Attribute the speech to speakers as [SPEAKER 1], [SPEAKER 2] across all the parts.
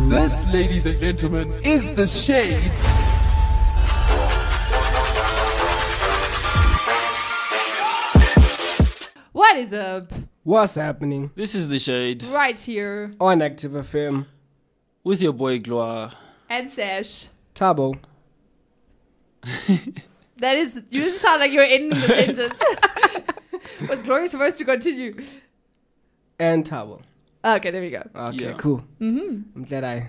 [SPEAKER 1] This, ladies and gentlemen, is the shade.
[SPEAKER 2] What is up?
[SPEAKER 3] What's happening
[SPEAKER 4] This is the shade
[SPEAKER 2] Right here.
[SPEAKER 3] on Active FM?
[SPEAKER 4] with your boy Gloire.
[SPEAKER 2] And Sash.
[SPEAKER 3] Tabo.
[SPEAKER 2] That is, you just sound like you're ending the sentence. Was Glory supposed to continue?
[SPEAKER 3] and Tabo.
[SPEAKER 2] Okay, there we go.
[SPEAKER 3] Okay,
[SPEAKER 4] Yeah.
[SPEAKER 3] cool.
[SPEAKER 2] Mm-hmm.
[SPEAKER 3] I'm glad I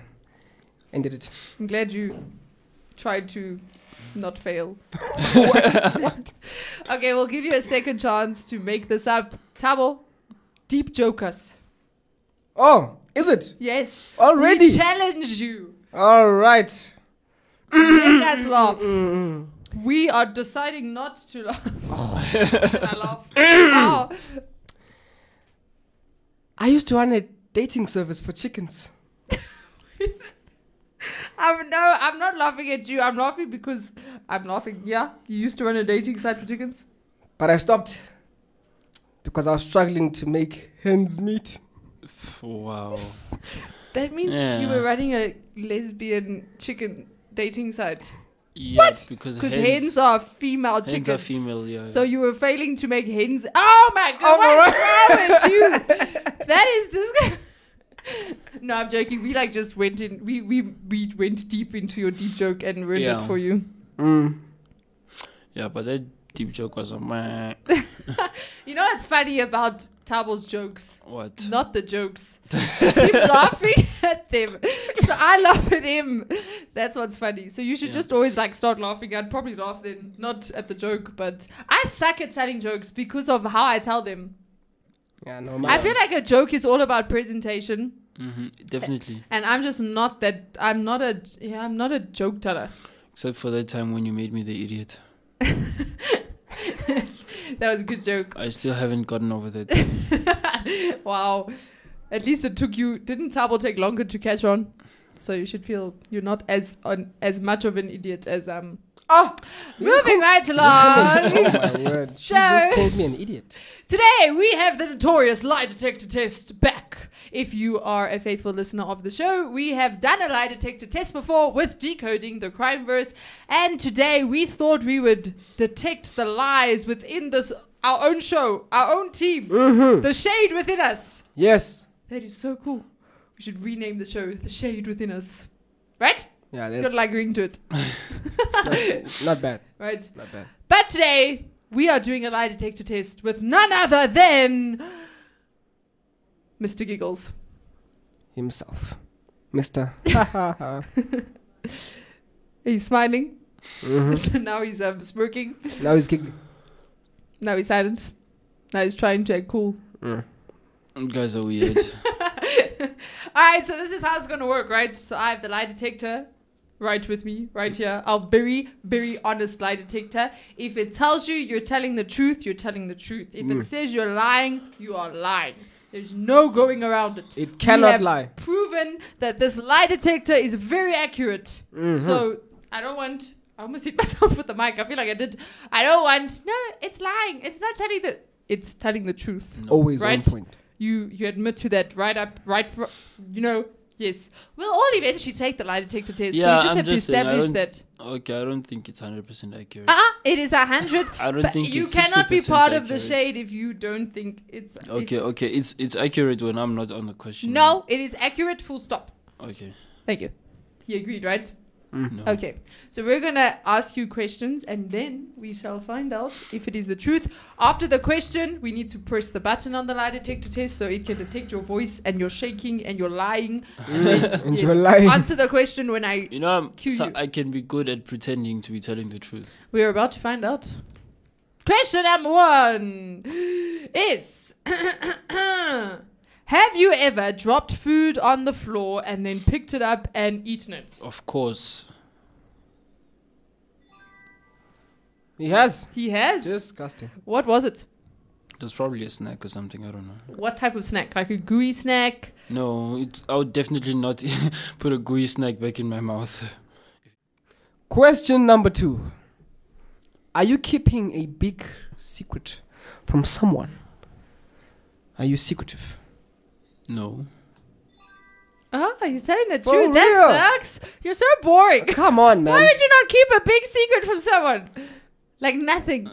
[SPEAKER 3] ended it.
[SPEAKER 2] I'm glad you tried to not fail. Okay, we'll give you a second chance to make this up. Tabo, deep jokers.
[SPEAKER 3] Oh, is it
[SPEAKER 2] Yes.
[SPEAKER 3] already?
[SPEAKER 2] We challenge you.
[SPEAKER 3] All right.
[SPEAKER 2] Make us laugh. We are deciding not to laugh. I laugh. Ah. Wow.
[SPEAKER 3] I used to run a dating service for chickens.
[SPEAKER 2] I'm no, I'm not laughing at you. I'm laughing because I'm laughing. Yeah, you used to run a dating site for chickens.
[SPEAKER 3] But I stopped because I was struggling to make hens meet.
[SPEAKER 4] Wow.
[SPEAKER 2] That means you
[SPEAKER 4] Yeah.
[SPEAKER 2] were running a lesbian chicken dating site
[SPEAKER 4] Yeah, what? Because
[SPEAKER 2] because
[SPEAKER 4] hens,
[SPEAKER 2] hens, are female
[SPEAKER 4] hens
[SPEAKER 2] chickens.
[SPEAKER 4] are female, yeah.
[SPEAKER 2] So you were failing to make hens. Oh my god!
[SPEAKER 3] Oh my
[SPEAKER 2] what's wrong with you? That is just. no, I'm joking. We like just went in. We we we went deep into your deep joke and ruined it
[SPEAKER 4] Yeah.
[SPEAKER 2] for you.
[SPEAKER 3] Mm.
[SPEAKER 4] yeah, but that deep joke was a meh.
[SPEAKER 2] You know what's funny about Tabo's jokes?
[SPEAKER 4] What?
[SPEAKER 2] Not the jokes. Keep laughing at them. So I laugh at him. That's what's funny. So you should
[SPEAKER 4] Yeah.
[SPEAKER 2] just always like start laughing. I'd probably laugh then, not at the joke, but I suck at telling jokes because of how I tell them.
[SPEAKER 3] Yeah, no, my
[SPEAKER 2] I feel like a joke is all about presentation,
[SPEAKER 4] hmm Definitely.
[SPEAKER 2] and I'm just not that. I'm not a. Yeah, I'm not a joke teller.
[SPEAKER 4] Except for that time when you made me the idiot.
[SPEAKER 2] That was a good joke.
[SPEAKER 4] I still haven't gotten over that.
[SPEAKER 2] wow. At least it took you. Didn't Tabo take longer to catch on? So you should feel you're not as on as much of an idiot as um.
[SPEAKER 3] Oh,
[SPEAKER 2] Moving right along.
[SPEAKER 3] oh my word. She just
[SPEAKER 2] So-
[SPEAKER 3] called me an idiot.
[SPEAKER 2] Today we have the notorious lie detector test back. If you are a faithful listener of the show, we have done a lie detector test before with decoding the crime verse, and today we thought we would detect the lies within this our own show, our own team, the shade within us.
[SPEAKER 3] Mm-hmm. Yes.
[SPEAKER 2] That is so cool. We should rename the show The Shade Within Us. Right?
[SPEAKER 3] Yeah,
[SPEAKER 2] Got
[SPEAKER 3] that's
[SPEAKER 2] like ring to it.
[SPEAKER 3] not, not bad.
[SPEAKER 2] Right.
[SPEAKER 3] Not bad.
[SPEAKER 2] But today, we are doing a lie detector test with none other than Mr. Giggles.
[SPEAKER 3] Himself. Mister. Mm-hmm. Ha, ha, ha.
[SPEAKER 2] He's smiling.
[SPEAKER 3] Mhm.
[SPEAKER 2] now he's um, smirking.
[SPEAKER 3] Now he's kicking.
[SPEAKER 2] Now he's silent. Now he's trying to act cool.
[SPEAKER 4] you guys are weird.
[SPEAKER 2] Alright, so this is how it's gonna work, right? So I have the lie detector right with me, right here. Our very, very honest lie detector. If it tells you you're telling the truth, you're telling the truth. If it says you're lying, you are lying. There's no going around it.
[SPEAKER 3] It
[SPEAKER 2] we
[SPEAKER 3] cannot
[SPEAKER 2] have
[SPEAKER 3] lie.
[SPEAKER 2] Proven that this lie detector is very accurate. So I don't want I almost hit myself with the mic. I feel like I did I don't want no, it's lying. It's not telling the it's telling the truth
[SPEAKER 3] Always on
[SPEAKER 2] Right.
[SPEAKER 3] point.
[SPEAKER 2] you you admit to that right up right fr- you know yes we'll all eventually take the lie detector test so
[SPEAKER 4] Yeah,
[SPEAKER 2] you just
[SPEAKER 4] I'm
[SPEAKER 2] have to
[SPEAKER 4] just saying, I
[SPEAKER 2] establish
[SPEAKER 4] don't-
[SPEAKER 2] that
[SPEAKER 4] okay, I don't think it's 100% accurate.
[SPEAKER 2] ah it is a hundred
[SPEAKER 4] I don't
[SPEAKER 2] but
[SPEAKER 4] think
[SPEAKER 2] you
[SPEAKER 4] it's
[SPEAKER 2] cannot be
[SPEAKER 4] 60%
[SPEAKER 2] part of the
[SPEAKER 4] accurate.
[SPEAKER 2] shade if you don't think it's if-
[SPEAKER 4] Okay, okay. It's it's accurate when I'm not on the question.
[SPEAKER 2] no it is accurate full stop
[SPEAKER 4] Okay.
[SPEAKER 2] thank you you agreed right
[SPEAKER 4] No.
[SPEAKER 2] okay so we're gonna ask you questions and then we shall find out if it is the truth after the question we need to press the button on the lie detector test so it can detect your voice and your shaking and your lying
[SPEAKER 3] Mm-hmm. And
[SPEAKER 2] Yes.
[SPEAKER 3] you're lying.
[SPEAKER 2] answer the question when i
[SPEAKER 4] You know, I'm,
[SPEAKER 2] Cue
[SPEAKER 4] so
[SPEAKER 2] you.
[SPEAKER 4] I can be good at pretending to be telling the truth.
[SPEAKER 2] We are about to find out. Question number one is Have you ever dropped food on the floor and then picked it up and eaten it?
[SPEAKER 4] Of course.
[SPEAKER 3] He has.
[SPEAKER 2] He has.
[SPEAKER 3] Disgusting.
[SPEAKER 2] What was it?
[SPEAKER 4] There's probably a snack or something. I don't know.
[SPEAKER 2] What type of snack? Like a gooey snack?
[SPEAKER 4] No, it, I would definitely not put a gooey snack back in my mouth.
[SPEAKER 3] Question number two. Are you keeping a big secret from someone? Are you secretive?
[SPEAKER 4] No.
[SPEAKER 2] Ah, Oh, you're telling the
[SPEAKER 3] For
[SPEAKER 2] truth. That
[SPEAKER 3] real.
[SPEAKER 2] sucks. You're so boring.
[SPEAKER 3] Come on, man.
[SPEAKER 2] Why would you not keep a big secret from someone? Like nothing.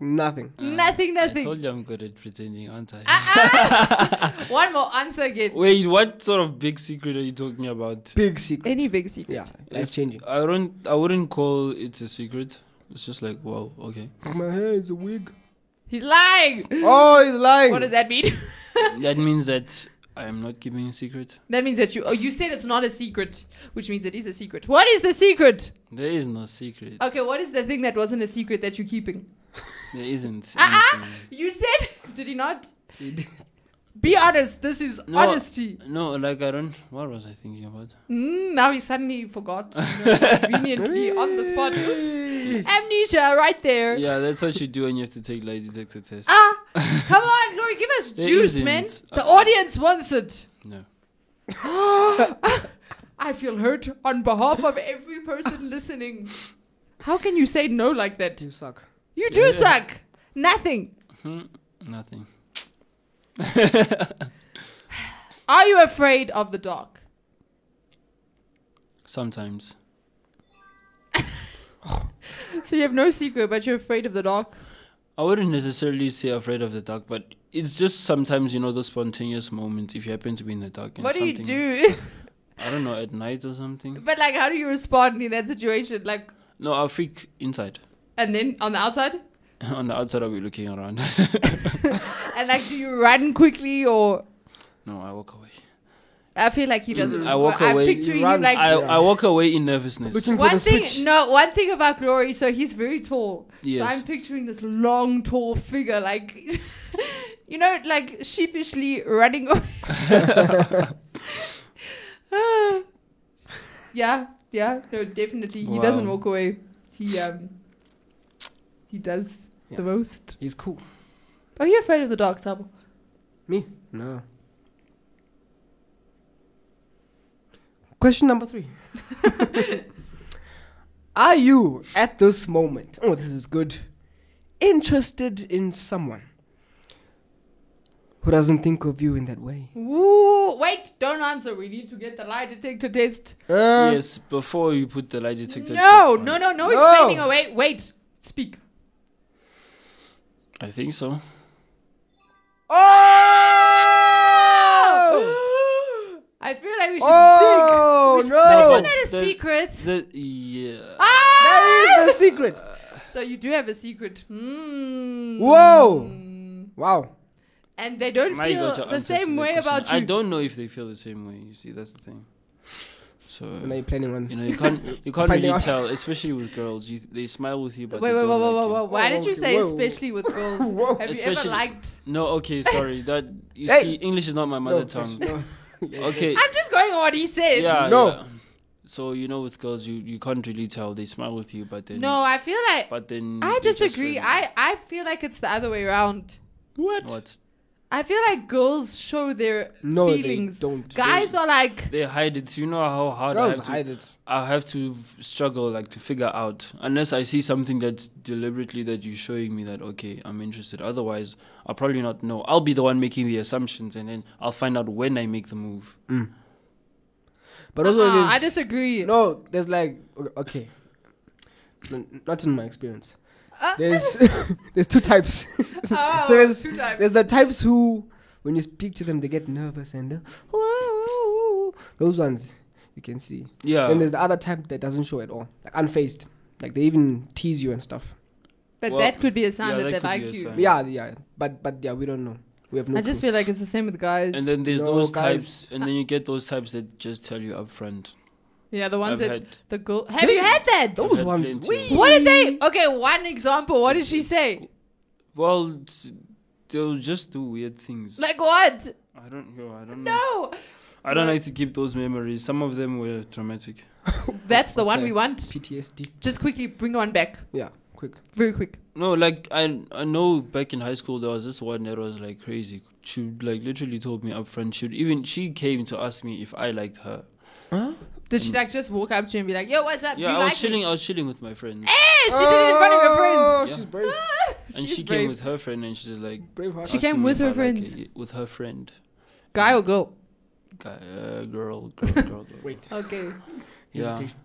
[SPEAKER 3] Nothing.
[SPEAKER 2] nothing,
[SPEAKER 4] Uh, I
[SPEAKER 2] nothing. Ah!
[SPEAKER 4] told you I'm good at pretending, aren't I?
[SPEAKER 2] One more answer again.
[SPEAKER 4] Wait, what sort of big secret are you talking about?
[SPEAKER 3] Big secret.
[SPEAKER 2] Any big secret.
[SPEAKER 3] yeah, life
[SPEAKER 4] It's-
[SPEAKER 3] changing.
[SPEAKER 4] I don't. I wouldn't call it a secret. It's just like, wow, okay.
[SPEAKER 3] My hair is a wig.
[SPEAKER 2] He's lying.
[SPEAKER 3] Oh, he's lying.
[SPEAKER 2] What does that mean?
[SPEAKER 4] that means that I am not keeping a secret.
[SPEAKER 2] that means that you oh, you said it's not a secret, which means it is a secret. What is the secret?
[SPEAKER 4] There is no secret.
[SPEAKER 2] Okay, what is the thing that wasn't a secret that you're keeping?
[SPEAKER 4] There isn't.
[SPEAKER 2] Ah, ah,
[SPEAKER 4] anything.
[SPEAKER 2] you said did he not? Be honest. This is
[SPEAKER 4] No.
[SPEAKER 2] honesty.
[SPEAKER 4] No, like I don't. What was I thinking about?
[SPEAKER 2] Mm, now he suddenly forgot you know, conveniently on the spot. Oops. Amnesia, right there.
[SPEAKER 4] Yeah, that's what you do when you have to take lie detector test.
[SPEAKER 2] Ah, come on, Glory, give us
[SPEAKER 4] There
[SPEAKER 2] juice, man.
[SPEAKER 4] isn't.
[SPEAKER 2] The audience wants it.
[SPEAKER 4] No.
[SPEAKER 2] I feel hurt on behalf of every person listening. How can you say no like that?
[SPEAKER 3] You suck.
[SPEAKER 2] You do
[SPEAKER 4] Yeah.
[SPEAKER 2] suck. Nothing.
[SPEAKER 4] Hmm, nothing.
[SPEAKER 2] Are you afraid of the dark?
[SPEAKER 4] Sometimes.
[SPEAKER 2] So you have no secret, but you're afraid of the dark.
[SPEAKER 4] I wouldn't necessarily say afraid of the dark, but it's just sometimes you know those spontaneous moments if you happen to be in the dark. And
[SPEAKER 2] what do you
[SPEAKER 4] something-
[SPEAKER 2] do?
[SPEAKER 4] I don't know at night or something.
[SPEAKER 2] but like, how do you respond in that situation? Like,
[SPEAKER 4] No, I'll freak inside.
[SPEAKER 2] and then on the outside,
[SPEAKER 4] On the outside, I'll be looking around.
[SPEAKER 2] and like, do you run quickly or?
[SPEAKER 4] no, I walk away.
[SPEAKER 2] I feel like he doesn't.
[SPEAKER 4] I walk
[SPEAKER 2] I'm
[SPEAKER 4] away.
[SPEAKER 2] picturing
[SPEAKER 3] He
[SPEAKER 2] him
[SPEAKER 3] runs.
[SPEAKER 2] like
[SPEAKER 4] I,
[SPEAKER 3] Yeah.
[SPEAKER 4] I walk away in nervousness.
[SPEAKER 3] Looking for
[SPEAKER 2] one
[SPEAKER 3] the
[SPEAKER 2] thing.
[SPEAKER 3] switch.
[SPEAKER 2] No, one thing about Glory. So he's very tall.
[SPEAKER 4] Yes.
[SPEAKER 2] So I'm picturing this long, tall figure, like you know, like sheepishly running. away. yeah, yeah, no, definitely. He doesn't
[SPEAKER 4] Wow.
[SPEAKER 2] walk away. He um, he does
[SPEAKER 3] Yeah.
[SPEAKER 2] the most.
[SPEAKER 3] He's cool.
[SPEAKER 2] Are you afraid of the dark, Sabo?
[SPEAKER 3] Me? No. Question number three. Are you at this moment? Oh, this is good. Interested in someone who doesn't think of you in that way?
[SPEAKER 2] Ooh, wait! Don't answer. We need to get the lie detector test.
[SPEAKER 3] Uh,
[SPEAKER 4] yes, before you put the lie detector
[SPEAKER 2] No,
[SPEAKER 4] test on.
[SPEAKER 2] no, no, no,
[SPEAKER 3] No.
[SPEAKER 2] explaining away. Wait, speak.
[SPEAKER 4] I think so.
[SPEAKER 3] Oh!
[SPEAKER 2] I feel like we should
[SPEAKER 3] Oh,
[SPEAKER 2] dig. We should-
[SPEAKER 3] no.
[SPEAKER 2] Isn't that a
[SPEAKER 4] The-
[SPEAKER 2] secret?
[SPEAKER 4] The, yeah.
[SPEAKER 2] ah!
[SPEAKER 3] That is the secret.
[SPEAKER 2] So you do have a secret. Hmm.
[SPEAKER 3] Whoa. Wow.
[SPEAKER 2] And they don't
[SPEAKER 4] Now you
[SPEAKER 2] feel
[SPEAKER 4] got your
[SPEAKER 2] the
[SPEAKER 4] answer to
[SPEAKER 2] same
[SPEAKER 4] the
[SPEAKER 2] way
[SPEAKER 4] question.
[SPEAKER 2] about you.
[SPEAKER 4] I don't know if they feel the same way. You see, that's the thing. So
[SPEAKER 3] When are you planning one?
[SPEAKER 4] you know you can't you can't
[SPEAKER 3] Finding
[SPEAKER 4] really
[SPEAKER 3] out.
[SPEAKER 4] tell, especially with girls. You, they smile with you, but
[SPEAKER 2] Wait, wait,
[SPEAKER 4] they
[SPEAKER 2] wait,
[SPEAKER 4] don't
[SPEAKER 2] wait,
[SPEAKER 4] like
[SPEAKER 2] wait,
[SPEAKER 4] you.
[SPEAKER 2] wait. Why
[SPEAKER 3] Oh,
[SPEAKER 2] did you
[SPEAKER 3] okay.
[SPEAKER 2] say
[SPEAKER 3] Whoa.
[SPEAKER 2] especially with girls?
[SPEAKER 3] Whoa.
[SPEAKER 2] Have you ever
[SPEAKER 4] Especially-
[SPEAKER 2] liked?
[SPEAKER 4] No, okay, sorry. That you
[SPEAKER 3] Hey!
[SPEAKER 4] see, English is not my mother tongue.
[SPEAKER 3] No. Yeah.
[SPEAKER 4] Okay,
[SPEAKER 2] I'm just going on what he said.
[SPEAKER 4] yeah,
[SPEAKER 3] No.
[SPEAKER 4] yeah. So you know, with girls, you you can't really tell. They smile with you, but then
[SPEAKER 2] No, I feel like
[SPEAKER 4] but then
[SPEAKER 2] I
[SPEAKER 4] they just
[SPEAKER 2] disagree.
[SPEAKER 4] really-
[SPEAKER 2] I I feel like it's the other way around.
[SPEAKER 4] what
[SPEAKER 2] I feel like girls show their
[SPEAKER 3] No, they
[SPEAKER 2] feelings.
[SPEAKER 3] don't.
[SPEAKER 2] Guys are like
[SPEAKER 4] they hide it. You know how hard I have
[SPEAKER 3] Girls
[SPEAKER 4] to
[SPEAKER 3] hide it.
[SPEAKER 4] I have to f- struggle like to figure out unless I see something that's deliberately that you're showing me that okay I'm interested. Otherwise, I'll probably not know. I'll be the one making the assumptions, and then I'll find out when I make the move.
[SPEAKER 3] But also,
[SPEAKER 2] Uh-uh,
[SPEAKER 3] it is.
[SPEAKER 2] I disagree.
[SPEAKER 3] No, there's like o- okay, N- not in my experience.
[SPEAKER 2] Uh,
[SPEAKER 3] There's there's two types.
[SPEAKER 2] oh,
[SPEAKER 3] so there's
[SPEAKER 2] two times.
[SPEAKER 3] there's the types who when you speak to them they get nervous and uh, those ones you can see.
[SPEAKER 4] Yeah,
[SPEAKER 3] And there's the other type that doesn't show at all, like unfazed. Like they even tease you and stuff.
[SPEAKER 2] but
[SPEAKER 4] well,
[SPEAKER 2] that could be a sign
[SPEAKER 4] yeah,
[SPEAKER 2] that,
[SPEAKER 4] that
[SPEAKER 2] they
[SPEAKER 4] could
[SPEAKER 2] like
[SPEAKER 4] be a
[SPEAKER 2] you.
[SPEAKER 4] sign.
[SPEAKER 3] Yeah, yeah. But but yeah, we don't know. We have no.
[SPEAKER 2] I just
[SPEAKER 3] clue.
[SPEAKER 2] feel like it's the same with guys.
[SPEAKER 4] and then there's
[SPEAKER 3] No,
[SPEAKER 4] those
[SPEAKER 3] guys.
[SPEAKER 4] types, and then you get those types that just tell you up front.
[SPEAKER 2] yeah, the ones
[SPEAKER 4] I've
[SPEAKER 2] that
[SPEAKER 4] had-
[SPEAKER 2] the girl. Have you had that?
[SPEAKER 3] those
[SPEAKER 4] I've had
[SPEAKER 3] ones.
[SPEAKER 4] plenty
[SPEAKER 3] wee.
[SPEAKER 4] of-
[SPEAKER 2] What did they? Okay, one example. What did she say?
[SPEAKER 4] Well, t- they'll just do weird things.
[SPEAKER 2] Like what?
[SPEAKER 4] I don't know. I don't know.
[SPEAKER 2] No,
[SPEAKER 4] I don't like to keep those memories. Some of them were traumatic.
[SPEAKER 2] that's the one
[SPEAKER 3] Okay.
[SPEAKER 2] we want.
[SPEAKER 3] PTSD.
[SPEAKER 2] Just quickly bring one back,
[SPEAKER 3] Yeah, quick.
[SPEAKER 2] very quick.
[SPEAKER 4] No, like I I know back in high school there was this one that was like crazy. She like literally told me up front. She even she came to ask me if I liked her.
[SPEAKER 2] Did she like just walk up to you and be like, "Yo, what's up? Uh, Do
[SPEAKER 4] Yeah,
[SPEAKER 2] you
[SPEAKER 4] I was
[SPEAKER 2] like
[SPEAKER 4] chilling.
[SPEAKER 2] me?"
[SPEAKER 4] I was chilling with my friends,
[SPEAKER 2] Eh, she did it in front of
[SPEAKER 3] Oh.
[SPEAKER 2] her friends.
[SPEAKER 3] She's
[SPEAKER 4] Yeah.
[SPEAKER 3] brave.
[SPEAKER 4] and
[SPEAKER 2] She's
[SPEAKER 4] she
[SPEAKER 2] brave.
[SPEAKER 4] came with her friend, and she's like,
[SPEAKER 3] Brave heart.
[SPEAKER 2] She
[SPEAKER 4] asking
[SPEAKER 2] came
[SPEAKER 4] me
[SPEAKER 2] with
[SPEAKER 4] if
[SPEAKER 2] her
[SPEAKER 4] I like
[SPEAKER 2] friends.
[SPEAKER 4] it, with her friend.
[SPEAKER 2] Guy or girl?
[SPEAKER 4] guy, uh, girl, girl, girl, girl.
[SPEAKER 3] Wait.
[SPEAKER 2] Okay.
[SPEAKER 4] Yeah.
[SPEAKER 3] Hesitation.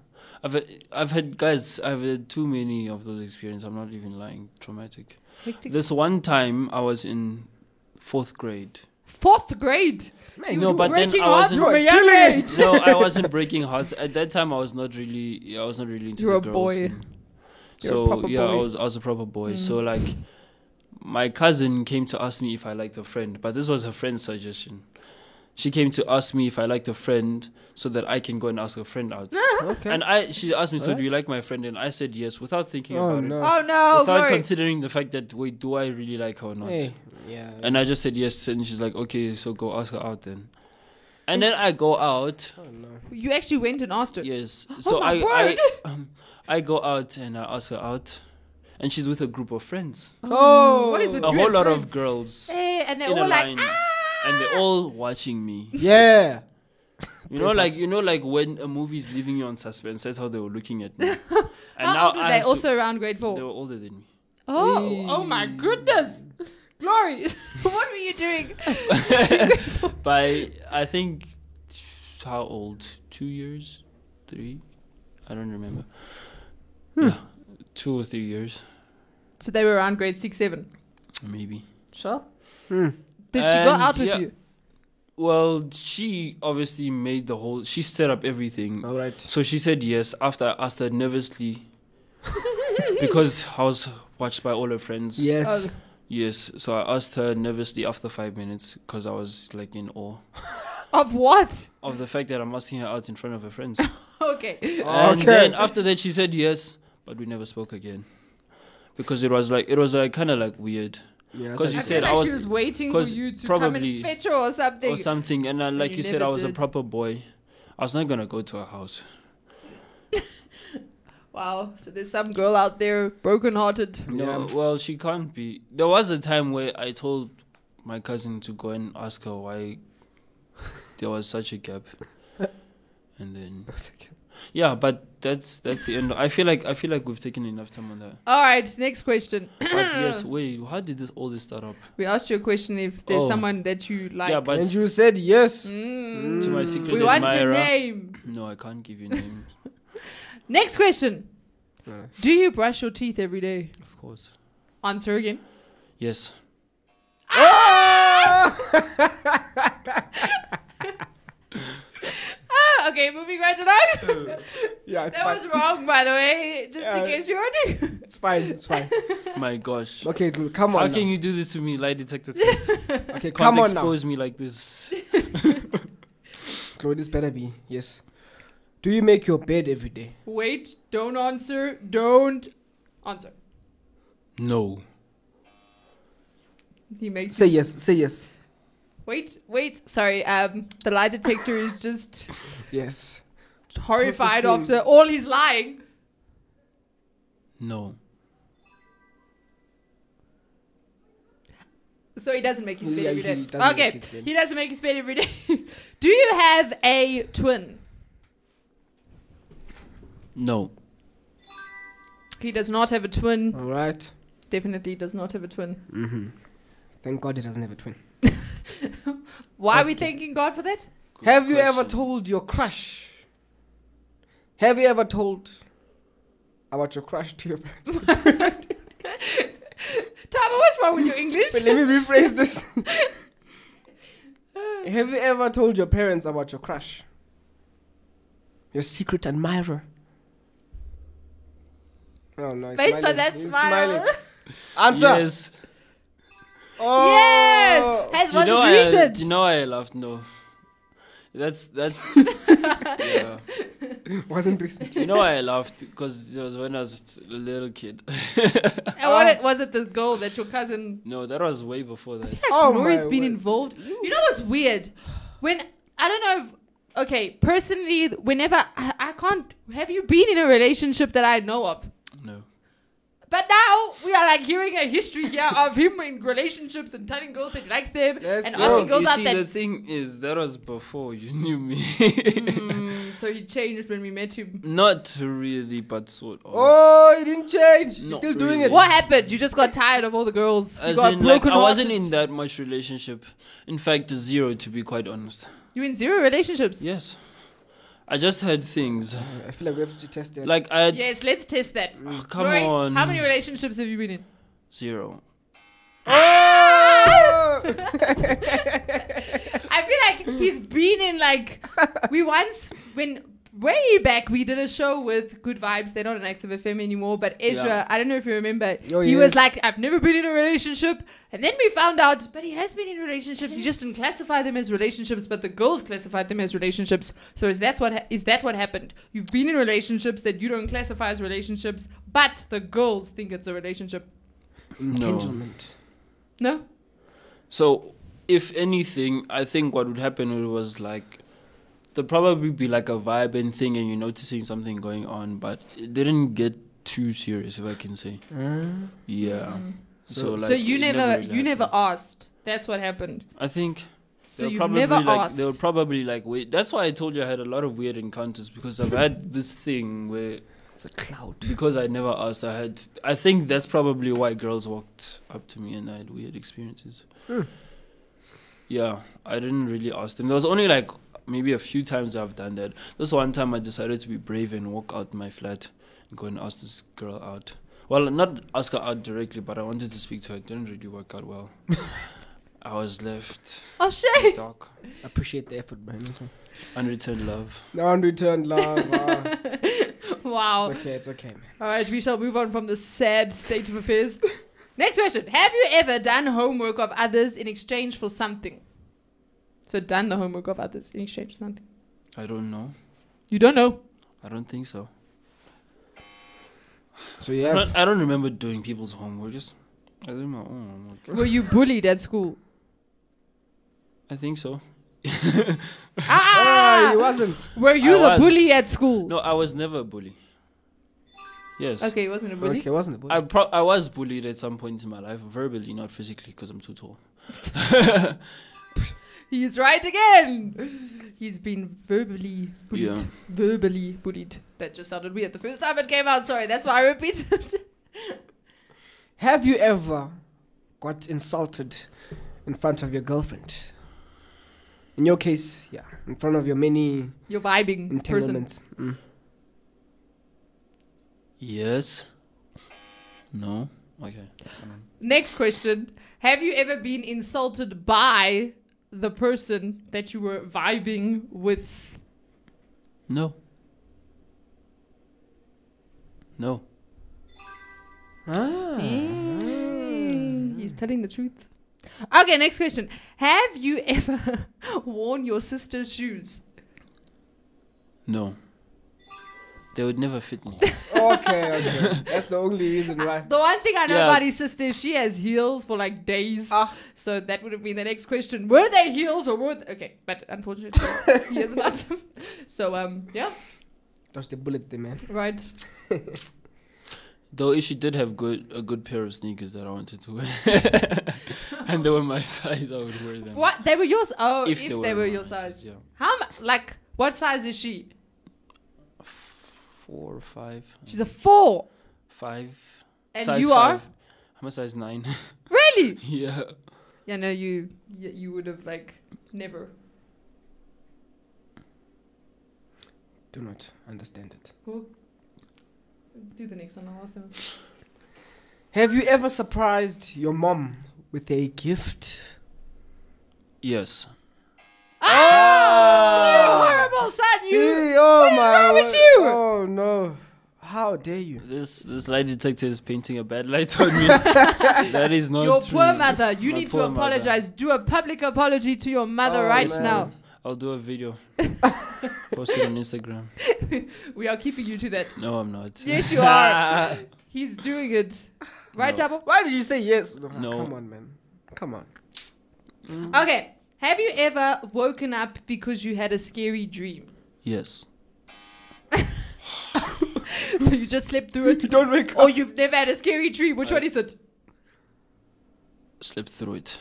[SPEAKER 4] I've had- I've had guys. I've had too many of those experiences. I'm not even lying. Traumatic.
[SPEAKER 2] Hectic.
[SPEAKER 4] This one time I was in fourth grade.
[SPEAKER 2] Fourth grade.
[SPEAKER 3] Man,
[SPEAKER 2] You
[SPEAKER 4] No,
[SPEAKER 2] were
[SPEAKER 4] but then
[SPEAKER 2] breaking
[SPEAKER 4] I
[SPEAKER 2] hearts
[SPEAKER 4] wasn't-
[SPEAKER 2] from a
[SPEAKER 3] You're
[SPEAKER 2] young
[SPEAKER 3] killing
[SPEAKER 2] age.
[SPEAKER 4] no, I wasn't breaking hearts. At that time, I was not really. yeah, I was not really into
[SPEAKER 2] You were
[SPEAKER 4] the
[SPEAKER 2] a
[SPEAKER 4] girls
[SPEAKER 2] boy.
[SPEAKER 4] thing.
[SPEAKER 2] You're a
[SPEAKER 4] So
[SPEAKER 2] proper
[SPEAKER 4] yeah, I
[SPEAKER 2] boy. Mm.
[SPEAKER 4] was. I was a proper boy. So like, my cousin came to ask me if I liked a friend, but this was her friend's suggestion. She came to ask me if I liked a friend so that I can go and ask a friend out.
[SPEAKER 3] okay.
[SPEAKER 4] And I, she asked me, so
[SPEAKER 3] Alright.
[SPEAKER 4] do you like my friend? And I said yes without thinking
[SPEAKER 3] oh
[SPEAKER 4] about it,
[SPEAKER 3] no.
[SPEAKER 2] Oh no,
[SPEAKER 4] without
[SPEAKER 2] glory.
[SPEAKER 4] considering the fact that wait, do I really like her or not?
[SPEAKER 3] Hey. Yeah.
[SPEAKER 4] And I just said yes, and she's like, okay, so go ask her out then. And then I go out.
[SPEAKER 3] oh no.
[SPEAKER 2] You actually went and asked her. Oh,
[SPEAKER 4] Yes. So
[SPEAKER 2] my
[SPEAKER 4] I, I, um, I go out and I ask her out, and she's with a group of friends,
[SPEAKER 3] Oh.
[SPEAKER 2] What is with
[SPEAKER 4] a
[SPEAKER 2] you
[SPEAKER 4] whole
[SPEAKER 2] and
[SPEAKER 4] lot
[SPEAKER 2] friends?
[SPEAKER 4] of girls
[SPEAKER 2] Hey, and they're
[SPEAKER 4] in a
[SPEAKER 2] all like, "Ah!"
[SPEAKER 4] line, and they're all watching me.
[SPEAKER 3] Yeah.
[SPEAKER 4] You know, like you know, like when a movie's leaving you on suspense. That's how they were looking at me. And
[SPEAKER 2] how old were
[SPEAKER 4] I
[SPEAKER 2] they?
[SPEAKER 4] have to-
[SPEAKER 2] Also around grade four.
[SPEAKER 4] they were older than me.
[SPEAKER 2] Oh, oh my goodness. Glory. what were you doing?
[SPEAKER 4] By I think how old? Two years, three? I don't remember.
[SPEAKER 2] Hmm.
[SPEAKER 4] Yeah, two or three years,
[SPEAKER 2] So they were around grade six, seven.
[SPEAKER 4] maybe.
[SPEAKER 2] Sure.
[SPEAKER 3] Hmm.
[SPEAKER 2] Did she go
[SPEAKER 4] And
[SPEAKER 2] out with
[SPEAKER 4] yeah.
[SPEAKER 2] you?
[SPEAKER 4] Well, she obviously made the whole. She set up everything.
[SPEAKER 3] All right.
[SPEAKER 4] So she said yes after I asked her nervously, because I was watched by all her friends.
[SPEAKER 3] Yes.
[SPEAKER 4] Yes. So I asked her nervously after five minutes because I was like in awe
[SPEAKER 2] Of what?
[SPEAKER 4] of the fact that I'm asking her out in front of her friends.
[SPEAKER 2] Okay.
[SPEAKER 4] And
[SPEAKER 3] Okay.
[SPEAKER 4] then after that, she said yes, but we never spoke again because it was like it was like kind of like weird
[SPEAKER 3] Yeah. that's
[SPEAKER 4] 'Cause you
[SPEAKER 2] I
[SPEAKER 3] what
[SPEAKER 4] said
[SPEAKER 2] feel like
[SPEAKER 4] I was-
[SPEAKER 2] she was waiting for
[SPEAKER 4] 'cause
[SPEAKER 2] you to come and
[SPEAKER 4] probably-
[SPEAKER 2] fetch her or something.
[SPEAKER 4] or something. And I, like
[SPEAKER 2] you
[SPEAKER 4] you, said,
[SPEAKER 2] never
[SPEAKER 4] I was a
[SPEAKER 2] did.
[SPEAKER 4] proper boy. I was not gonna go to her house.
[SPEAKER 2] wow. So there's some girl out there brokenhearted.
[SPEAKER 4] No,
[SPEAKER 3] Yeah, I'm f-
[SPEAKER 4] well, she can't be. There was a time where I told my cousin to go and ask her why there was such a gap, and then yeah, but that's that's the end. I feel like I feel like we've taken enough time on that.
[SPEAKER 2] All right. Next question.
[SPEAKER 4] But yes, wait, how did this all this start up?
[SPEAKER 2] We asked you a question if there's
[SPEAKER 4] Oh.
[SPEAKER 2] someone that you like.
[SPEAKER 4] yeah, but
[SPEAKER 3] and you said yes.
[SPEAKER 2] Mm.
[SPEAKER 4] to my secret
[SPEAKER 2] We want a
[SPEAKER 4] admirer.
[SPEAKER 2] name.
[SPEAKER 4] No, I can't give you name.
[SPEAKER 2] Next question.
[SPEAKER 3] Uh.
[SPEAKER 2] Do you brush your teeth every day?
[SPEAKER 4] of course.
[SPEAKER 2] Answer again.
[SPEAKER 4] Yes.
[SPEAKER 2] Ah, okay, moving right along.
[SPEAKER 3] Yeah, it's
[SPEAKER 2] that
[SPEAKER 3] fine.
[SPEAKER 2] was wrong, by the way, just in
[SPEAKER 3] Yeah.
[SPEAKER 2] case you were new.
[SPEAKER 3] It's fine. It's fine.
[SPEAKER 4] My gosh.
[SPEAKER 3] Okay, dude, come
[SPEAKER 4] How
[SPEAKER 3] on.
[SPEAKER 4] can you do this to me, lie detector test? You
[SPEAKER 3] now. Okay,
[SPEAKER 4] Can't
[SPEAKER 3] come on now.
[SPEAKER 4] expose me like this.
[SPEAKER 3] Chloe, this better be yes. Do you make your bed every day?
[SPEAKER 2] Wait, don't answer, don't answer.
[SPEAKER 4] No.
[SPEAKER 2] He makes.
[SPEAKER 3] Say yes. Say yes.
[SPEAKER 2] Wait, wait, sorry, um, the lie detector is just
[SPEAKER 3] Yes.
[SPEAKER 2] horrified
[SPEAKER 3] Processing.
[SPEAKER 2] after all his lying.
[SPEAKER 4] No.
[SPEAKER 2] So he doesn't make his bed
[SPEAKER 3] Yeah,
[SPEAKER 2] every
[SPEAKER 3] he
[SPEAKER 2] day.
[SPEAKER 3] doesn't make
[SPEAKER 2] okay,
[SPEAKER 3] his bed.
[SPEAKER 2] he doesn't make his bed every day. Do you have a twin?
[SPEAKER 4] No.
[SPEAKER 2] He does not have a twin.
[SPEAKER 3] All right.
[SPEAKER 2] Definitely does not have a twin.
[SPEAKER 3] Mm-hmm. Thank God he doesn't have a twin.
[SPEAKER 2] Why are we thanking God for that?
[SPEAKER 4] Good
[SPEAKER 3] Have you ever
[SPEAKER 4] question.
[SPEAKER 3] told your crush? Have you ever told about your crush to your parents?
[SPEAKER 2] Tama, what's wrong with your English?
[SPEAKER 3] Wait, let me rephrase this. Have you ever told your parents about your crush? Your secret admirer? Oh no! he's
[SPEAKER 2] Based
[SPEAKER 3] smiling.
[SPEAKER 2] on that
[SPEAKER 3] He's
[SPEAKER 2] smile.
[SPEAKER 3] smiling. Answer.
[SPEAKER 4] Yes.
[SPEAKER 3] Oh.
[SPEAKER 2] Yes! Has
[SPEAKER 4] You
[SPEAKER 2] was
[SPEAKER 4] know
[SPEAKER 2] it
[SPEAKER 4] why I,
[SPEAKER 2] recent?
[SPEAKER 4] do you know why I laughed? No. That's that's yeah.
[SPEAKER 3] Oh. Wasn't recent.
[SPEAKER 4] You know why I laughed? Because it was when I was a little kid.
[SPEAKER 2] And what it, was it the girl that your cousin
[SPEAKER 4] no, that was way before that.
[SPEAKER 3] Oh
[SPEAKER 2] Nori's
[SPEAKER 3] my
[SPEAKER 2] been
[SPEAKER 3] word.
[SPEAKER 2] involved? You know what's weird? When I don't know if okay, personally whenever I, I can't have you been in a relationship that I know of?
[SPEAKER 4] No.
[SPEAKER 2] But now we are like hearing a history here of him in relationships and telling girls that he likes them
[SPEAKER 3] Let's
[SPEAKER 2] and
[SPEAKER 3] go.
[SPEAKER 2] asking girls
[SPEAKER 4] you
[SPEAKER 2] out
[SPEAKER 4] see,
[SPEAKER 2] that
[SPEAKER 4] the thing is, that was before you knew me.
[SPEAKER 2] Mm, so he changed when we met him.
[SPEAKER 4] Not really, but sort of.
[SPEAKER 3] Oh, he didn't change. He's
[SPEAKER 4] Not
[SPEAKER 3] still doing
[SPEAKER 4] really.
[SPEAKER 3] it.
[SPEAKER 2] What happened? You just got tired of all the girls. You
[SPEAKER 4] As
[SPEAKER 2] got
[SPEAKER 4] in, like, I wasn't
[SPEAKER 2] brokenhearted.
[SPEAKER 4] in that much relationship. In fact, zero, to be quite honest.
[SPEAKER 2] You in zero relationships?
[SPEAKER 4] Yes. I just had things.
[SPEAKER 3] I feel like we have to test that.
[SPEAKER 4] Like, I had
[SPEAKER 2] Yes, let's test that.
[SPEAKER 4] Oh, come
[SPEAKER 2] Roy,
[SPEAKER 4] on.
[SPEAKER 2] How many relationships have you been in?
[SPEAKER 4] zero.
[SPEAKER 3] Oh!
[SPEAKER 2] I feel like he's been in like we once when way back we did a show with Good Vibes. They're not an active FM anymore, but Ezra,
[SPEAKER 4] Yeah.
[SPEAKER 2] I don't know if you remember,
[SPEAKER 3] Oh,
[SPEAKER 2] he
[SPEAKER 3] yes.
[SPEAKER 2] was like, "I've never been in a relationship," and then we found out, but he has been in relationships. He just didn't classify them as relationships, but the girls classified them as relationships. So is that what ha- is that what happened? You've been in relationships that you don't classify as relationships, but the girls think it's a relationship.
[SPEAKER 3] Entanglement.
[SPEAKER 2] No,
[SPEAKER 4] So, if anything, I think what would happen was like there'd probably be like a vibe and thing, and you're noticing something going on, but it didn't get too serious, if I can say.
[SPEAKER 3] Huh?
[SPEAKER 4] Yeah. So, like,
[SPEAKER 2] Mm-hmm. so you
[SPEAKER 4] it
[SPEAKER 2] never,
[SPEAKER 4] really
[SPEAKER 2] you never
[SPEAKER 4] happened.
[SPEAKER 2] asked. That's what happened.
[SPEAKER 4] I think
[SPEAKER 2] So
[SPEAKER 4] they were
[SPEAKER 2] you
[SPEAKER 4] probably
[SPEAKER 2] never
[SPEAKER 4] like
[SPEAKER 2] asked.
[SPEAKER 4] they were probably like wait. That's why I told you I had a lot of weird encounters because I've had this thing where
[SPEAKER 3] It's a cloud.
[SPEAKER 4] because I never asked, I had. I think that's probably why girls walked up to me and I had weird experiences.
[SPEAKER 3] Hmm.
[SPEAKER 4] Yeah, I didn't really ask them. There was only like maybe a few times I've done that. This one time I decided to be brave and walk out my flat and go and ask this girl out. Well, not ask her out directly, but I wanted to speak to her. It didn't really work out well. I was left
[SPEAKER 2] Oh
[SPEAKER 4] in the
[SPEAKER 2] shit!
[SPEAKER 4] dark.
[SPEAKER 3] Appreciate the effort, man. Okay.
[SPEAKER 4] Unreturned love.
[SPEAKER 3] Unreturned love. ah.
[SPEAKER 2] wow.
[SPEAKER 3] It's okay. It's okay, man.
[SPEAKER 2] All right, we shall move on from the sad state of affairs. Next question: Have you ever done homework of others in exchange for something? So done the homework of others in exchange for something.
[SPEAKER 4] I don't know.
[SPEAKER 2] You don't know.
[SPEAKER 4] I don't think so.
[SPEAKER 3] So you
[SPEAKER 4] I
[SPEAKER 3] have
[SPEAKER 4] don't, I don't remember doing people's homework. Just I Oh, did my own homework.
[SPEAKER 2] Were you bullied at school?
[SPEAKER 4] I think so.
[SPEAKER 3] Ah, he
[SPEAKER 2] ah!
[SPEAKER 3] wasn't.
[SPEAKER 2] Were you
[SPEAKER 4] I
[SPEAKER 2] the
[SPEAKER 4] was.
[SPEAKER 2] bully at school?
[SPEAKER 4] No, I was never a bully. Yes.
[SPEAKER 2] Okay, he wasn't a bully.
[SPEAKER 3] Okay, wasn't it?
[SPEAKER 4] I pro- I was bullied at some point in my life, verbally, not physically, because I'm too tall.
[SPEAKER 2] He's right again. He's been verbally bullied.
[SPEAKER 4] Yeah.
[SPEAKER 2] Verbally bullied. That just sounded weird the first time it came out. Sorry, that's why I repeated.
[SPEAKER 3] Have you ever got insulted in front of your girlfriend? In your case, yeah, in front of your many
[SPEAKER 2] You're vibing person.
[SPEAKER 3] entanglements. Mm.
[SPEAKER 4] Yes. No. Okay. Um,
[SPEAKER 2] Next question. Have you ever been insulted by the person that you were vibing with?
[SPEAKER 4] No. No.
[SPEAKER 3] Ah.
[SPEAKER 2] He's telling the truth. Okay, next question. Have you ever worn your sister's shoes?
[SPEAKER 4] No. They would never fit me.
[SPEAKER 3] okay, okay. That's the only reason why.
[SPEAKER 2] The one thing I know
[SPEAKER 4] Yeah.
[SPEAKER 2] about his sister is she has heels for like days.
[SPEAKER 3] Ah.
[SPEAKER 2] So that would have been the next question. Were they heels or were they... Okay, but unfortunately, he is not. so, um, yeah,
[SPEAKER 3] Dodge the bullet, there, man.
[SPEAKER 2] right.
[SPEAKER 4] Though if she did have good a good pair of sneakers that I wanted to wear, and they were my size, I would wear them.
[SPEAKER 2] What? They were yours? Oh, Um, if, they, were,
[SPEAKER 4] my
[SPEAKER 2] your size.
[SPEAKER 4] Yeah.
[SPEAKER 2] How, mu- like, what size is she?
[SPEAKER 4] Four or five.
[SPEAKER 2] She's a four.
[SPEAKER 4] Five.
[SPEAKER 2] And
[SPEAKER 4] size
[SPEAKER 2] you
[SPEAKER 4] five.
[SPEAKER 2] are?
[SPEAKER 4] I'm a size nine.
[SPEAKER 2] Really?
[SPEAKER 4] yeah.
[SPEAKER 2] Yeah, no, you, you, you would have, like, never.
[SPEAKER 3] Do not understand it.
[SPEAKER 2] Who? Do the next one. I'll ask them.
[SPEAKER 3] Have you ever surprised your mom with a gift?
[SPEAKER 4] Yes.
[SPEAKER 2] Ah! You horrible son! You.
[SPEAKER 3] Eh, oh
[SPEAKER 2] what is
[SPEAKER 3] my
[SPEAKER 2] wrong with
[SPEAKER 3] word.
[SPEAKER 2] you?
[SPEAKER 3] Oh no! How dare you?
[SPEAKER 4] This this lie detector is painting a bad light on me. that is not
[SPEAKER 2] Your
[SPEAKER 4] true.
[SPEAKER 2] poor mother. You
[SPEAKER 4] My
[SPEAKER 2] need to
[SPEAKER 4] poor mother.
[SPEAKER 2] apologize. Do a public apology to your mother
[SPEAKER 3] Oh,
[SPEAKER 2] right
[SPEAKER 3] man.
[SPEAKER 2] now.
[SPEAKER 4] I'll do a video. Post it on Instagram.
[SPEAKER 2] We are keeping you to that.
[SPEAKER 4] No, I'm not.
[SPEAKER 2] Yes, you are. He's doing it. Right,
[SPEAKER 4] No.
[SPEAKER 2] Double?
[SPEAKER 3] Why did you say yes? No.
[SPEAKER 4] No.
[SPEAKER 3] Come on, man. Come on.
[SPEAKER 2] Okay. Have you ever woken up because you had a scary dream?
[SPEAKER 4] yes.
[SPEAKER 2] So you just slept through it?
[SPEAKER 3] You don't wake
[SPEAKER 2] Or
[SPEAKER 3] up.
[SPEAKER 2] you've never had a scary dream? Which
[SPEAKER 4] I-
[SPEAKER 2] one is it?
[SPEAKER 4] Slept through it.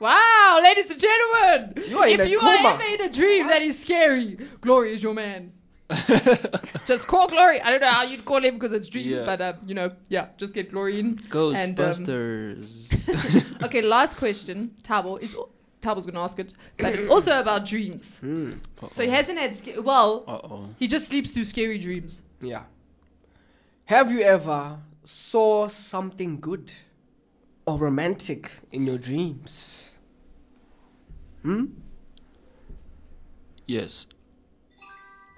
[SPEAKER 2] Wow, ladies and gentlemen!
[SPEAKER 3] You are in
[SPEAKER 2] if
[SPEAKER 3] a
[SPEAKER 2] you
[SPEAKER 3] coma.
[SPEAKER 2] are ever in a dream that is scary, Glory is your man. um, just call Glory. I don't know how you'd call him because it's dreams,
[SPEAKER 4] Yeah.
[SPEAKER 2] but um, you know, yeah, just get Glory in. And, um,
[SPEAKER 4] Ghostbusters.
[SPEAKER 2] Okay, last question, Tabo. Is Tabo's gonna ask it, but it's also about dreams.
[SPEAKER 3] Hmm,
[SPEAKER 2] So he hasn't had. Sca- well,
[SPEAKER 4] Uh oh.
[SPEAKER 2] he just sleeps through scary dreams.
[SPEAKER 3] Yeah. Have you ever saw something good or romantic in your dreams? Hmm?
[SPEAKER 4] Yes.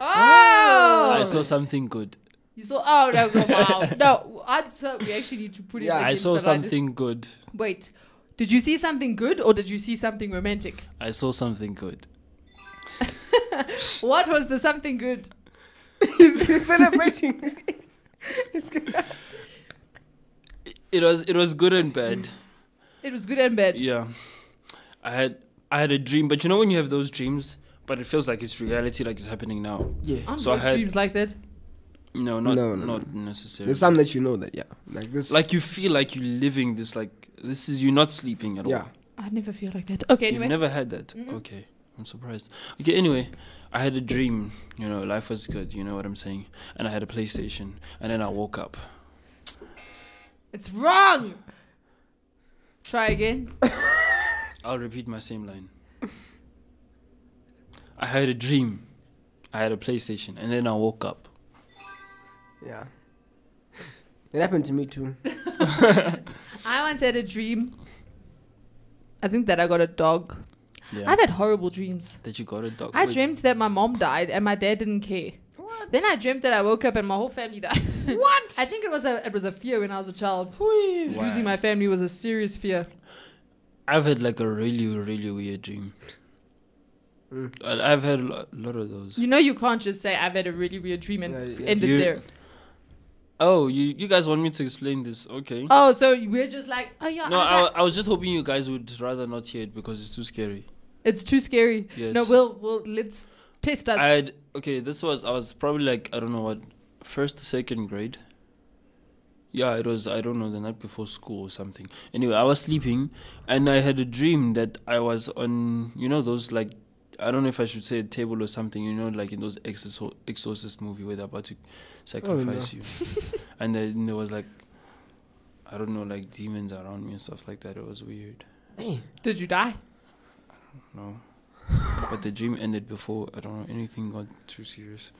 [SPEAKER 2] Oh,
[SPEAKER 4] I saw something good.
[SPEAKER 2] you saw. Oh no, no, wow. no. I saw, we actually need to put it.
[SPEAKER 3] Yeah,
[SPEAKER 4] I
[SPEAKER 2] against
[SPEAKER 4] saw
[SPEAKER 2] the line.
[SPEAKER 4] something good.
[SPEAKER 2] Wait, did you see something good or did you see something romantic?
[SPEAKER 4] I saw something good.
[SPEAKER 2] What was the something good?
[SPEAKER 3] he's, he's celebrating.
[SPEAKER 4] It was it was good and bad.
[SPEAKER 2] It was good and bad.
[SPEAKER 4] Yeah. I had I had a dream, but you know when you have those dreams, but it feels like it's reality, like it's happening now.
[SPEAKER 3] yeah.
[SPEAKER 2] Aren't
[SPEAKER 4] So I
[SPEAKER 2] those
[SPEAKER 4] had-
[SPEAKER 2] dreams like that?
[SPEAKER 4] No, not
[SPEAKER 3] No, no,
[SPEAKER 4] not necessarily.
[SPEAKER 3] There's some that you know that, yeah. Like this.
[SPEAKER 4] like you feel like you're living this like this is you're not sleeping at
[SPEAKER 3] yeah.
[SPEAKER 4] all.
[SPEAKER 2] I never feel like that. Okay, anyway. Mm-hmm.
[SPEAKER 4] You've never had that. Okay. I'm surprised. Okay, anyway, I had a dream, you know, life was good, you know what I'm saying? And I had a PlayStation and then I woke up.
[SPEAKER 2] It's wrong. Try again.
[SPEAKER 4] I'll repeat my same line. I had a dream. I had a PlayStation and then I woke up.
[SPEAKER 3] Yeah. It happened to me too.
[SPEAKER 2] I once had a dream. I think that I got a dog.
[SPEAKER 4] Yeah.
[SPEAKER 2] I've had horrible dreams.
[SPEAKER 4] that you got a dog.
[SPEAKER 2] I
[SPEAKER 4] Wait,
[SPEAKER 2] dreamt that my mom died and my dad didn't care.
[SPEAKER 3] What?
[SPEAKER 2] Then I dreamt that I woke up and my whole family died. what? I think it was a it was a fear when I was a child.
[SPEAKER 4] Wow.
[SPEAKER 2] Losing my family was a serious fear.
[SPEAKER 4] I've had like a really, really weird dream.
[SPEAKER 3] Mm.
[SPEAKER 4] I- I've had a lo- lot of those.
[SPEAKER 2] You know you can't just say I've had a really weird dream and
[SPEAKER 3] Yeah, yeah.
[SPEAKER 2] end it
[SPEAKER 4] You-
[SPEAKER 2] there.
[SPEAKER 4] Oh, you you guys want me to explain this? Okay.
[SPEAKER 2] Oh, so we're just like, oh yeah,
[SPEAKER 4] no,
[SPEAKER 2] I've
[SPEAKER 4] I,
[SPEAKER 2] had-
[SPEAKER 4] I was just hoping you guys would rather not hear it because it's too scary.
[SPEAKER 2] it's too scary.
[SPEAKER 4] Yes.
[SPEAKER 2] No, we'll we'll let's test us.
[SPEAKER 4] I had okay. This was I was probably like I don't know what first second grade. Yeah, it was I don't know the night before school or something. Anyway, I was sleeping and I had a dream that I was on you know those like I don't know if I should say a table or something. You know, like in those exorcist, exorcist movie where they're about to sacrifice you, and then there was like I don't know like demons around me and stuff like that. It was weird.
[SPEAKER 3] Hey.
[SPEAKER 2] Did you die?
[SPEAKER 4] No. but the dream ended before I don't know anything got too serious.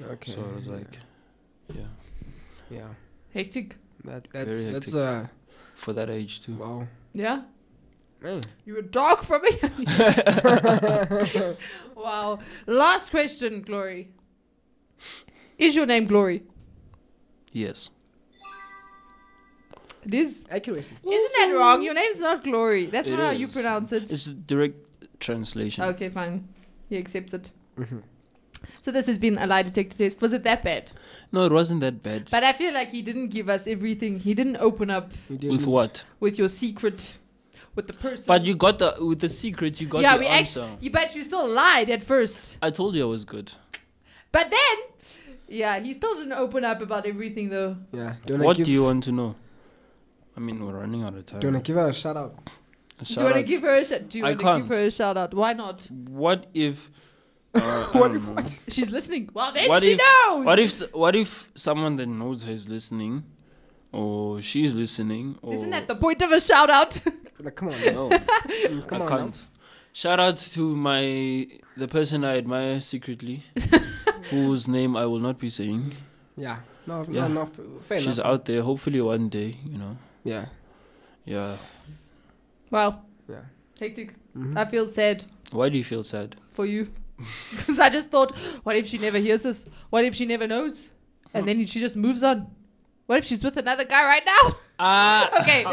[SPEAKER 3] Okay.
[SPEAKER 4] So I was like, yeah,
[SPEAKER 3] yeah.
[SPEAKER 2] Hectic.
[SPEAKER 3] That, that's,
[SPEAKER 4] Very
[SPEAKER 3] that's,
[SPEAKER 4] hectic.
[SPEAKER 3] uh,
[SPEAKER 4] for that age too.
[SPEAKER 3] wow.
[SPEAKER 2] Yeah.
[SPEAKER 3] Hey.
[SPEAKER 2] You were dark from me. wow. Last question, Glory. Is your name Glory?
[SPEAKER 4] Yes.
[SPEAKER 2] It is.
[SPEAKER 3] Accuracy.
[SPEAKER 2] Isn't that wrong? Your name's not Glory. That's
[SPEAKER 4] It
[SPEAKER 2] not how you
[SPEAKER 4] is.
[SPEAKER 2] pronounce it.
[SPEAKER 4] It's a direct translation.
[SPEAKER 2] Okay, fine. He accepts it. So this has been a lie detector test. Was it that bad?
[SPEAKER 4] No, it wasn't that bad.
[SPEAKER 2] But I feel like he didn't give us everything. He didn't open up
[SPEAKER 3] You did
[SPEAKER 4] with
[SPEAKER 3] it.
[SPEAKER 4] what?
[SPEAKER 2] with your secret, with the person.
[SPEAKER 4] But you got the with the secret. You got
[SPEAKER 2] yeah,
[SPEAKER 4] the
[SPEAKER 2] we
[SPEAKER 4] answer.
[SPEAKER 2] actually. You bet you still lied at first.
[SPEAKER 4] I told you I was good.
[SPEAKER 2] But then, yeah, he still didn't open up about everything though.
[SPEAKER 3] Yeah. Don't
[SPEAKER 4] what
[SPEAKER 3] I give,
[SPEAKER 4] do you want to know? I mean, we're running out of time.
[SPEAKER 3] Do you want to give her a shout out?
[SPEAKER 4] A
[SPEAKER 2] do you want to
[SPEAKER 4] shout-out.
[SPEAKER 2] give her a shout? Do you
[SPEAKER 4] I
[SPEAKER 2] want to give
[SPEAKER 4] can't.
[SPEAKER 2] her a shout out? Why not?
[SPEAKER 4] What if? Uh, I
[SPEAKER 3] What
[SPEAKER 4] don't
[SPEAKER 3] if
[SPEAKER 4] know.
[SPEAKER 3] what?
[SPEAKER 2] She's listening. Well, then
[SPEAKER 4] What
[SPEAKER 2] she
[SPEAKER 4] if-
[SPEAKER 2] knows.
[SPEAKER 4] What if? s- What if someone that knows her is listening, or she's listening, or
[SPEAKER 2] Isn't that the point of a shout out?
[SPEAKER 3] Like, come on. No. Mm, come
[SPEAKER 4] I
[SPEAKER 3] on. now.
[SPEAKER 4] can't. Shout out to my the person I admire secretly, whose name I will not be saying.
[SPEAKER 3] Yeah. No,
[SPEAKER 4] Yeah.
[SPEAKER 3] no, no. Fair
[SPEAKER 4] She's
[SPEAKER 3] enough.
[SPEAKER 4] out there. Hopefully, one day, you know.
[SPEAKER 3] Yeah.
[SPEAKER 4] Yeah.
[SPEAKER 2] wow,
[SPEAKER 3] Yeah.
[SPEAKER 2] hectic.
[SPEAKER 4] Mm-hmm.
[SPEAKER 3] Mhm.
[SPEAKER 2] I feel sad
[SPEAKER 4] Why do you feel sad?
[SPEAKER 2] for you because I just thought, what if she never hears this? What if she never knows? And then she just moves on. What if she's with another guy right now?
[SPEAKER 4] Ah.
[SPEAKER 2] okay,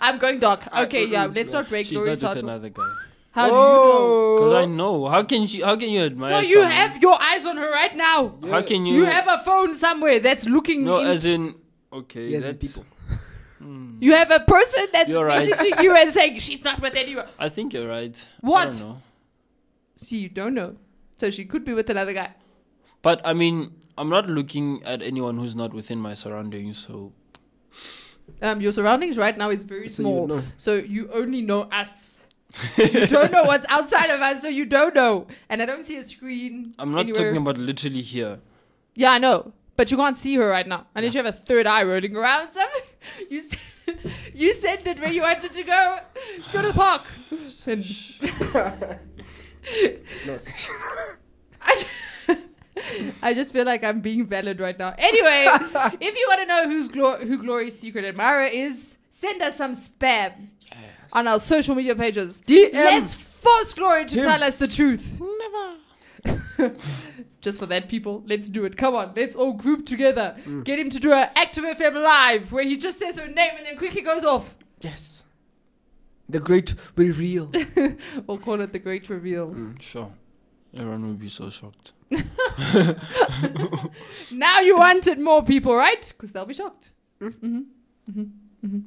[SPEAKER 2] I'm going dark.
[SPEAKER 4] I-
[SPEAKER 2] Okay, yeah, let's
[SPEAKER 3] yeah.
[SPEAKER 2] not break
[SPEAKER 4] She's not
[SPEAKER 2] Dory's
[SPEAKER 4] with
[SPEAKER 2] heart.
[SPEAKER 4] another guy.
[SPEAKER 2] How do
[SPEAKER 4] Cause I know. How can she? How can you
[SPEAKER 2] you know?
[SPEAKER 4] admire?
[SPEAKER 2] So you
[SPEAKER 4] someone?
[SPEAKER 2] have your eyes on her right now.
[SPEAKER 4] How can you?
[SPEAKER 2] You have a phone somewhere that's looking.
[SPEAKER 4] no,
[SPEAKER 2] in-
[SPEAKER 4] as in. Okay.
[SPEAKER 3] Yes,
[SPEAKER 4] that's,
[SPEAKER 3] people.
[SPEAKER 4] Hmm.
[SPEAKER 2] you have a person that's
[SPEAKER 4] You're right.
[SPEAKER 2] messaging you and saying she's not with anyone.
[SPEAKER 4] I think you're right. I
[SPEAKER 2] What?
[SPEAKER 4] don't know.
[SPEAKER 2] See, you don't know. So she could be with another guy.
[SPEAKER 4] But I mean, I'm not looking at anyone who's not within my surroundings. So
[SPEAKER 2] Um, your surroundings right now is very
[SPEAKER 3] So you
[SPEAKER 2] small.
[SPEAKER 3] know.
[SPEAKER 2] So you only know us. you don't know what's outside of us, so you don't know. And I don't see a screen.
[SPEAKER 4] I'm not
[SPEAKER 2] anywhere.
[SPEAKER 4] talking about literally here.
[SPEAKER 2] Yeah, I know. But you can't see her right now. Unless you have a third eye rolling around somewhere. You see, You sent it where you wanted to go. Go to the park. And-
[SPEAKER 3] No.
[SPEAKER 2] I I just feel like I'm being valid right now. Anyway, if you want to know who's Glo- who Glory's secret admirer is, send us some spam on our social media pages.
[SPEAKER 3] DM.
[SPEAKER 2] Let's force Glory to
[SPEAKER 3] Him.
[SPEAKER 2] tell us the truth. Never. just for that, people, let's do it. Come on, let's all group together. Get him to do an Active FM live where he just says her name and then quickly goes off.
[SPEAKER 3] Yes. The great reveal. Mm.
[SPEAKER 2] We'll call it the Great Reveal.
[SPEAKER 4] Sure. Everyone will be so shocked.
[SPEAKER 2] Now you wanted more people, right? Because they'll be shocked. Mm-hmm. Mm-hmm. Mm-hmm.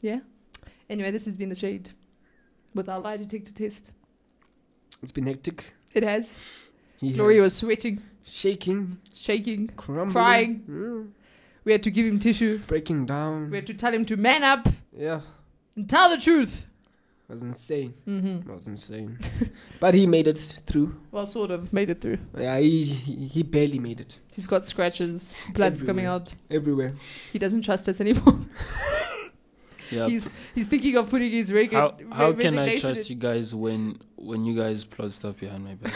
[SPEAKER 2] Yeah. Anyway, this has been the shade with our lie detector test.
[SPEAKER 3] it's been hectic.
[SPEAKER 2] It has.
[SPEAKER 3] He
[SPEAKER 2] Gloria
[SPEAKER 3] has
[SPEAKER 2] was sweating,
[SPEAKER 3] shaking,
[SPEAKER 2] shaking.
[SPEAKER 3] crumbling,
[SPEAKER 2] Crying.
[SPEAKER 3] mm,
[SPEAKER 2] We had to give him tissue.
[SPEAKER 3] breaking down.
[SPEAKER 2] We had to tell him to man up
[SPEAKER 3] Yeah, it
[SPEAKER 2] and tell the truth.
[SPEAKER 3] was insane.
[SPEAKER 2] Mm-hmm.
[SPEAKER 3] It was insane. but he made it through.
[SPEAKER 2] Well, sort of made it through.
[SPEAKER 3] Yeah, he, he he barely made it.
[SPEAKER 2] He's got scratches, blood's coming
[SPEAKER 3] Everywhere.
[SPEAKER 2] out.
[SPEAKER 3] Everywhere.
[SPEAKER 2] He doesn't trust us anymore.
[SPEAKER 4] Yeah.
[SPEAKER 2] he's he's thinking of putting his reg-
[SPEAKER 4] How,
[SPEAKER 2] re-
[SPEAKER 4] how can I
[SPEAKER 2] resignation
[SPEAKER 4] trust you guys when when you guys plot stuff behind my back?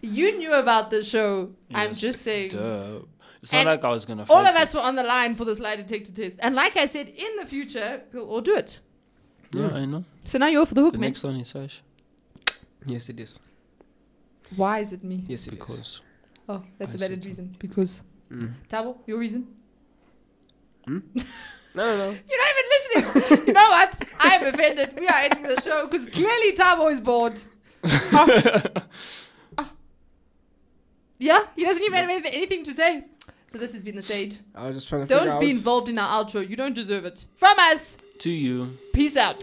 [SPEAKER 2] in- You knew about the show. I'm
[SPEAKER 4] Yes,
[SPEAKER 2] just saying.
[SPEAKER 4] Duh. It's
[SPEAKER 2] And
[SPEAKER 4] not like I was gonna.
[SPEAKER 2] All
[SPEAKER 4] fight
[SPEAKER 2] of us
[SPEAKER 4] it.
[SPEAKER 2] were on the line for this lie detector test. And like I said, in the future, we'll all do it.
[SPEAKER 4] Yeah, I know.
[SPEAKER 2] So now you're off the hook,
[SPEAKER 4] The
[SPEAKER 2] man.
[SPEAKER 4] next one is Ash
[SPEAKER 3] Yes, it is.
[SPEAKER 2] Why is it me?
[SPEAKER 3] Yes, it is.
[SPEAKER 4] because
[SPEAKER 2] Oh, that's a
[SPEAKER 4] I said
[SPEAKER 2] valid
[SPEAKER 4] so.
[SPEAKER 2] reason. Because.
[SPEAKER 3] Mm.
[SPEAKER 2] Tabo, your reason?
[SPEAKER 3] No, no, no.
[SPEAKER 2] You're not even listening. you know what? I'm offended. We are ending the show because clearly Tabo is bored. Oh. Oh. Yeah, he doesn't even have anything, anything to say. So this has been The Shade.
[SPEAKER 3] I was just trying to figure
[SPEAKER 2] Don't
[SPEAKER 3] out.
[SPEAKER 2] be involved in our outro. You don't deserve it. From us,
[SPEAKER 4] to you.
[SPEAKER 2] peace out.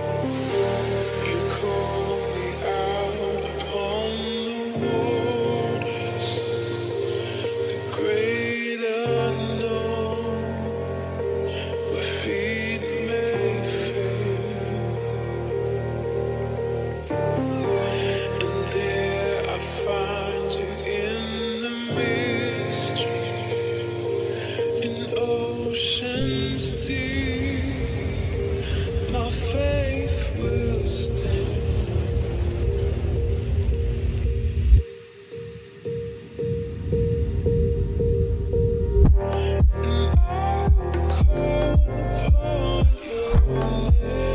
[SPEAKER 5] You call me out upon the waters, the great unknown, where feet may fail, and there I find you in the mystery, in oceans deep. My faith will stand. And I will call upon your name.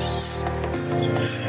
[SPEAKER 5] you.